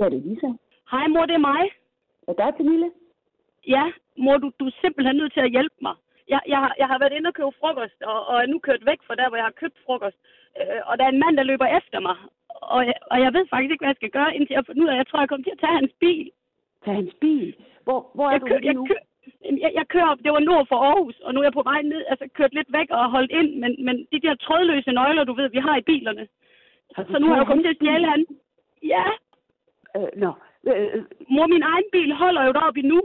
Ja, det er Lisa. Hej mor, det er mig. Og der er Pernille. Ja, mor, du, du er simpelthen nødt til at hjælpe mig. Jeg, jeg, har, jeg har været inde og købe frokost, og, og er nu kørt væk fra der, hvor jeg har købt frokost. Øh, og der er en mand, der løber efter mig. Og jeg, og jeg ved faktisk ikke, hvad jeg skal gøre, indtil jeg nu, jeg tror, jeg kommer til at tage hans bil. Tag hans bil. Hvor, hvor er Jeg, du kø, henne jeg, nu? kø, Jamen, jeg, jeg kører op, det var nord for Aarhus, og nu er jeg på vej ned, altså kørt lidt væk og holdt ind, men, men de der trådløse nøgler, du ved, vi har i bilerne. Har du Så nu har jeg taget jo kommet til hans at stjæle han. Ja, Øh, nå. Øh, mor, min egen bil holder jo deroppe nu.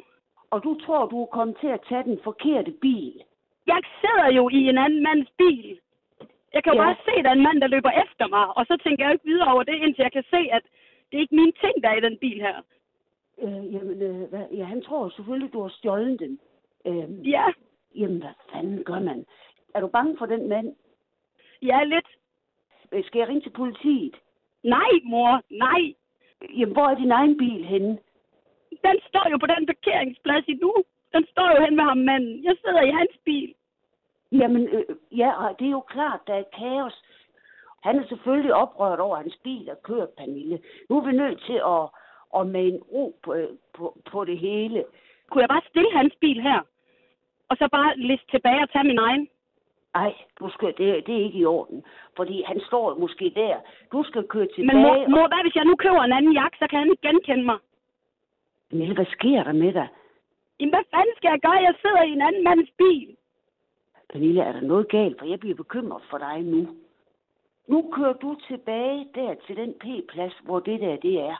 og du tror, du er kommet til at tage den forkerte bil. Jeg sidder jo i en anden mands bil. Jeg kan jo Ja. ja. bare se, at der er en mand, der løber efter mig, og så tænker jeg jo ikke videre over det, indtil jeg kan se, at det er ikke mine ting, der er i den bil her. Øh, jamen, øh, hvad, ja, han tror selvfølgelig, du har stjålet den. Øh, Ja, jamen, hvad fanden gør man? Er du bange for den mand? ja lidt. Øh, Skal jeg ringe til politiet? Nej, mor, nej. Jamen, hvor er din egen bil henne? Den står jo på den parkeringsplads i nu. Den står jo hen med ham manden. Jeg sidder i hans bil. Jamen, øh, ja, og det er jo klart, der er kaos. Han er selvfølgelig oprørt over, at hans bil er kørt, Pernille. Nu er vi nødt til at, at mane ro på, øh, på, på det hele. Kunne jeg bare stille hans bil her? Og så bare liste tilbage og tage min egen? Ej, du skal, det, det er ikke i orden, fordi han står jo måske der. Du skal køre tilbage. Men mor, og- mor, hvad hvis jeg nu køber en anden jakke, så kan han ikke genkende mig? Pernille, hvad sker der med dig? Jamen, hvad fanden skal jeg gøre? Jeg sidder i en anden mands bil. Pernille, er der noget galt? For jeg bliver bekymret for dig nu. Nu kører du tilbage der til den P-plads, hvor det der det er.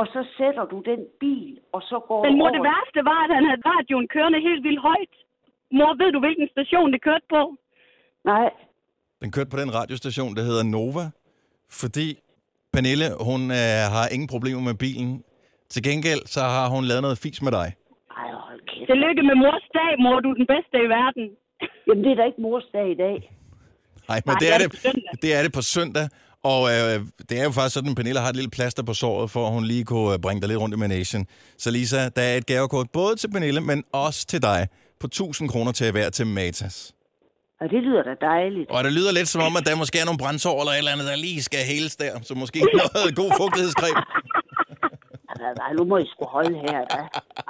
Og så sætter du den bil, og så går Men du mor, over... det værste var, at han havde radioen kørende helt vildt højt. Mor, ved du, hvilken station det kørte på? Nej, Den kørte på den radiostation, der hedder Nova, fordi Pernille, hun øh, har ingen problemer med bilen. Til gengæld, så har hun lavet noget fis med dig. ej, hold kæft. Tillykke med mors dag, mor. Du er den bedste i verden. Jamen, det er da ikke mors dag i dag. Nej, men Nej, det, er det er på det, søndag. det er det på søndag. Og øh, det er jo faktisk sådan, at Pernille har et lille plaster på såret, for at hun lige kunne øh, bringe dig lidt rundt i managen. Så Lisa, der er et gavekort både til Pernille, men også til dig på 1000 kroner til hver til Matas. Og det lyder da dejligt. Og det lyder lidt som om, at der måske er nogle brændsår eller et eller andet, der lige skal hæles der. Så måske noget god fugtighedsgreb. Altså, Ej, ej, nu må I sgu holde her, da.